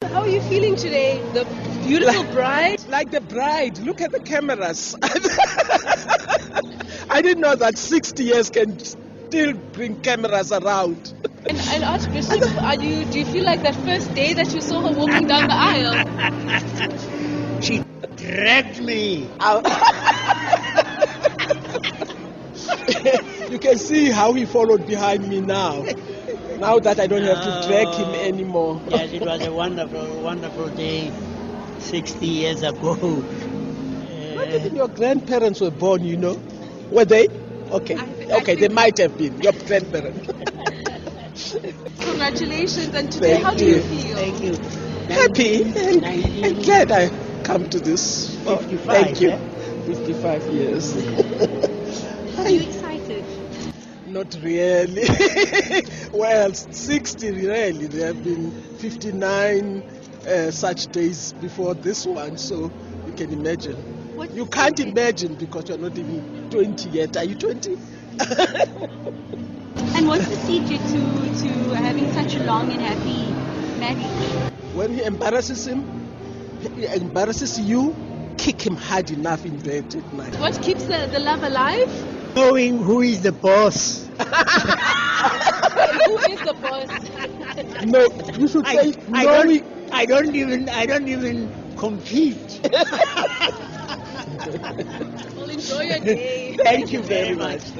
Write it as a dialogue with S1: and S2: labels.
S1: How are you feeling today? The beautiful bride?
S2: Like the bride, look at the cameras. I didn't know that 60 years can still bring cameras around.
S1: And, and Archbishop, are you, do you feel like that first day that you saw her walking down the aisle?
S3: She dragged me.
S2: You can see how he followed behind me now. Now that I don't have to drag
S1: Oh.
S2: him anymore.
S3: Yes, it was a wonderful, wonderful day 60 years ago.
S2: Not even
S3: Uh,
S2: your grandparents were born, you know. Were they? Okay.
S1: I
S2: Okay, they
S1: think-
S2: might have been. Your grandparents.
S1: Congratulations. And today,
S2: Thank
S1: how do you
S2: you.
S1: feel?
S3: thank you.
S2: Happy and,
S3: Nineteen-
S2: and glad I come to this. Oh,
S3: 55,
S2: Thank you.
S3: eh?
S2: 55 years.
S4: Are you excited?
S2: Not really. well, 60 really. There have been 59 uh, such days before this one, so you can imagine.
S4: What
S2: You can't imagine because you're not even 20 yet. Are you 20?
S4: And what's the secret to to having such a long and happy marriage?
S2: When he embarrasses him, he embarrasses you, kick him hard enough in bed at night.
S1: What keeps the, the love alive?
S3: Knowing who is the boss.
S1: Who is the boss?
S2: No, you should
S3: I,
S2: say,
S3: I,
S2: no,
S3: don't, I don't even I don't even compete.
S1: Well, enjoy your day.
S3: Thank you very much.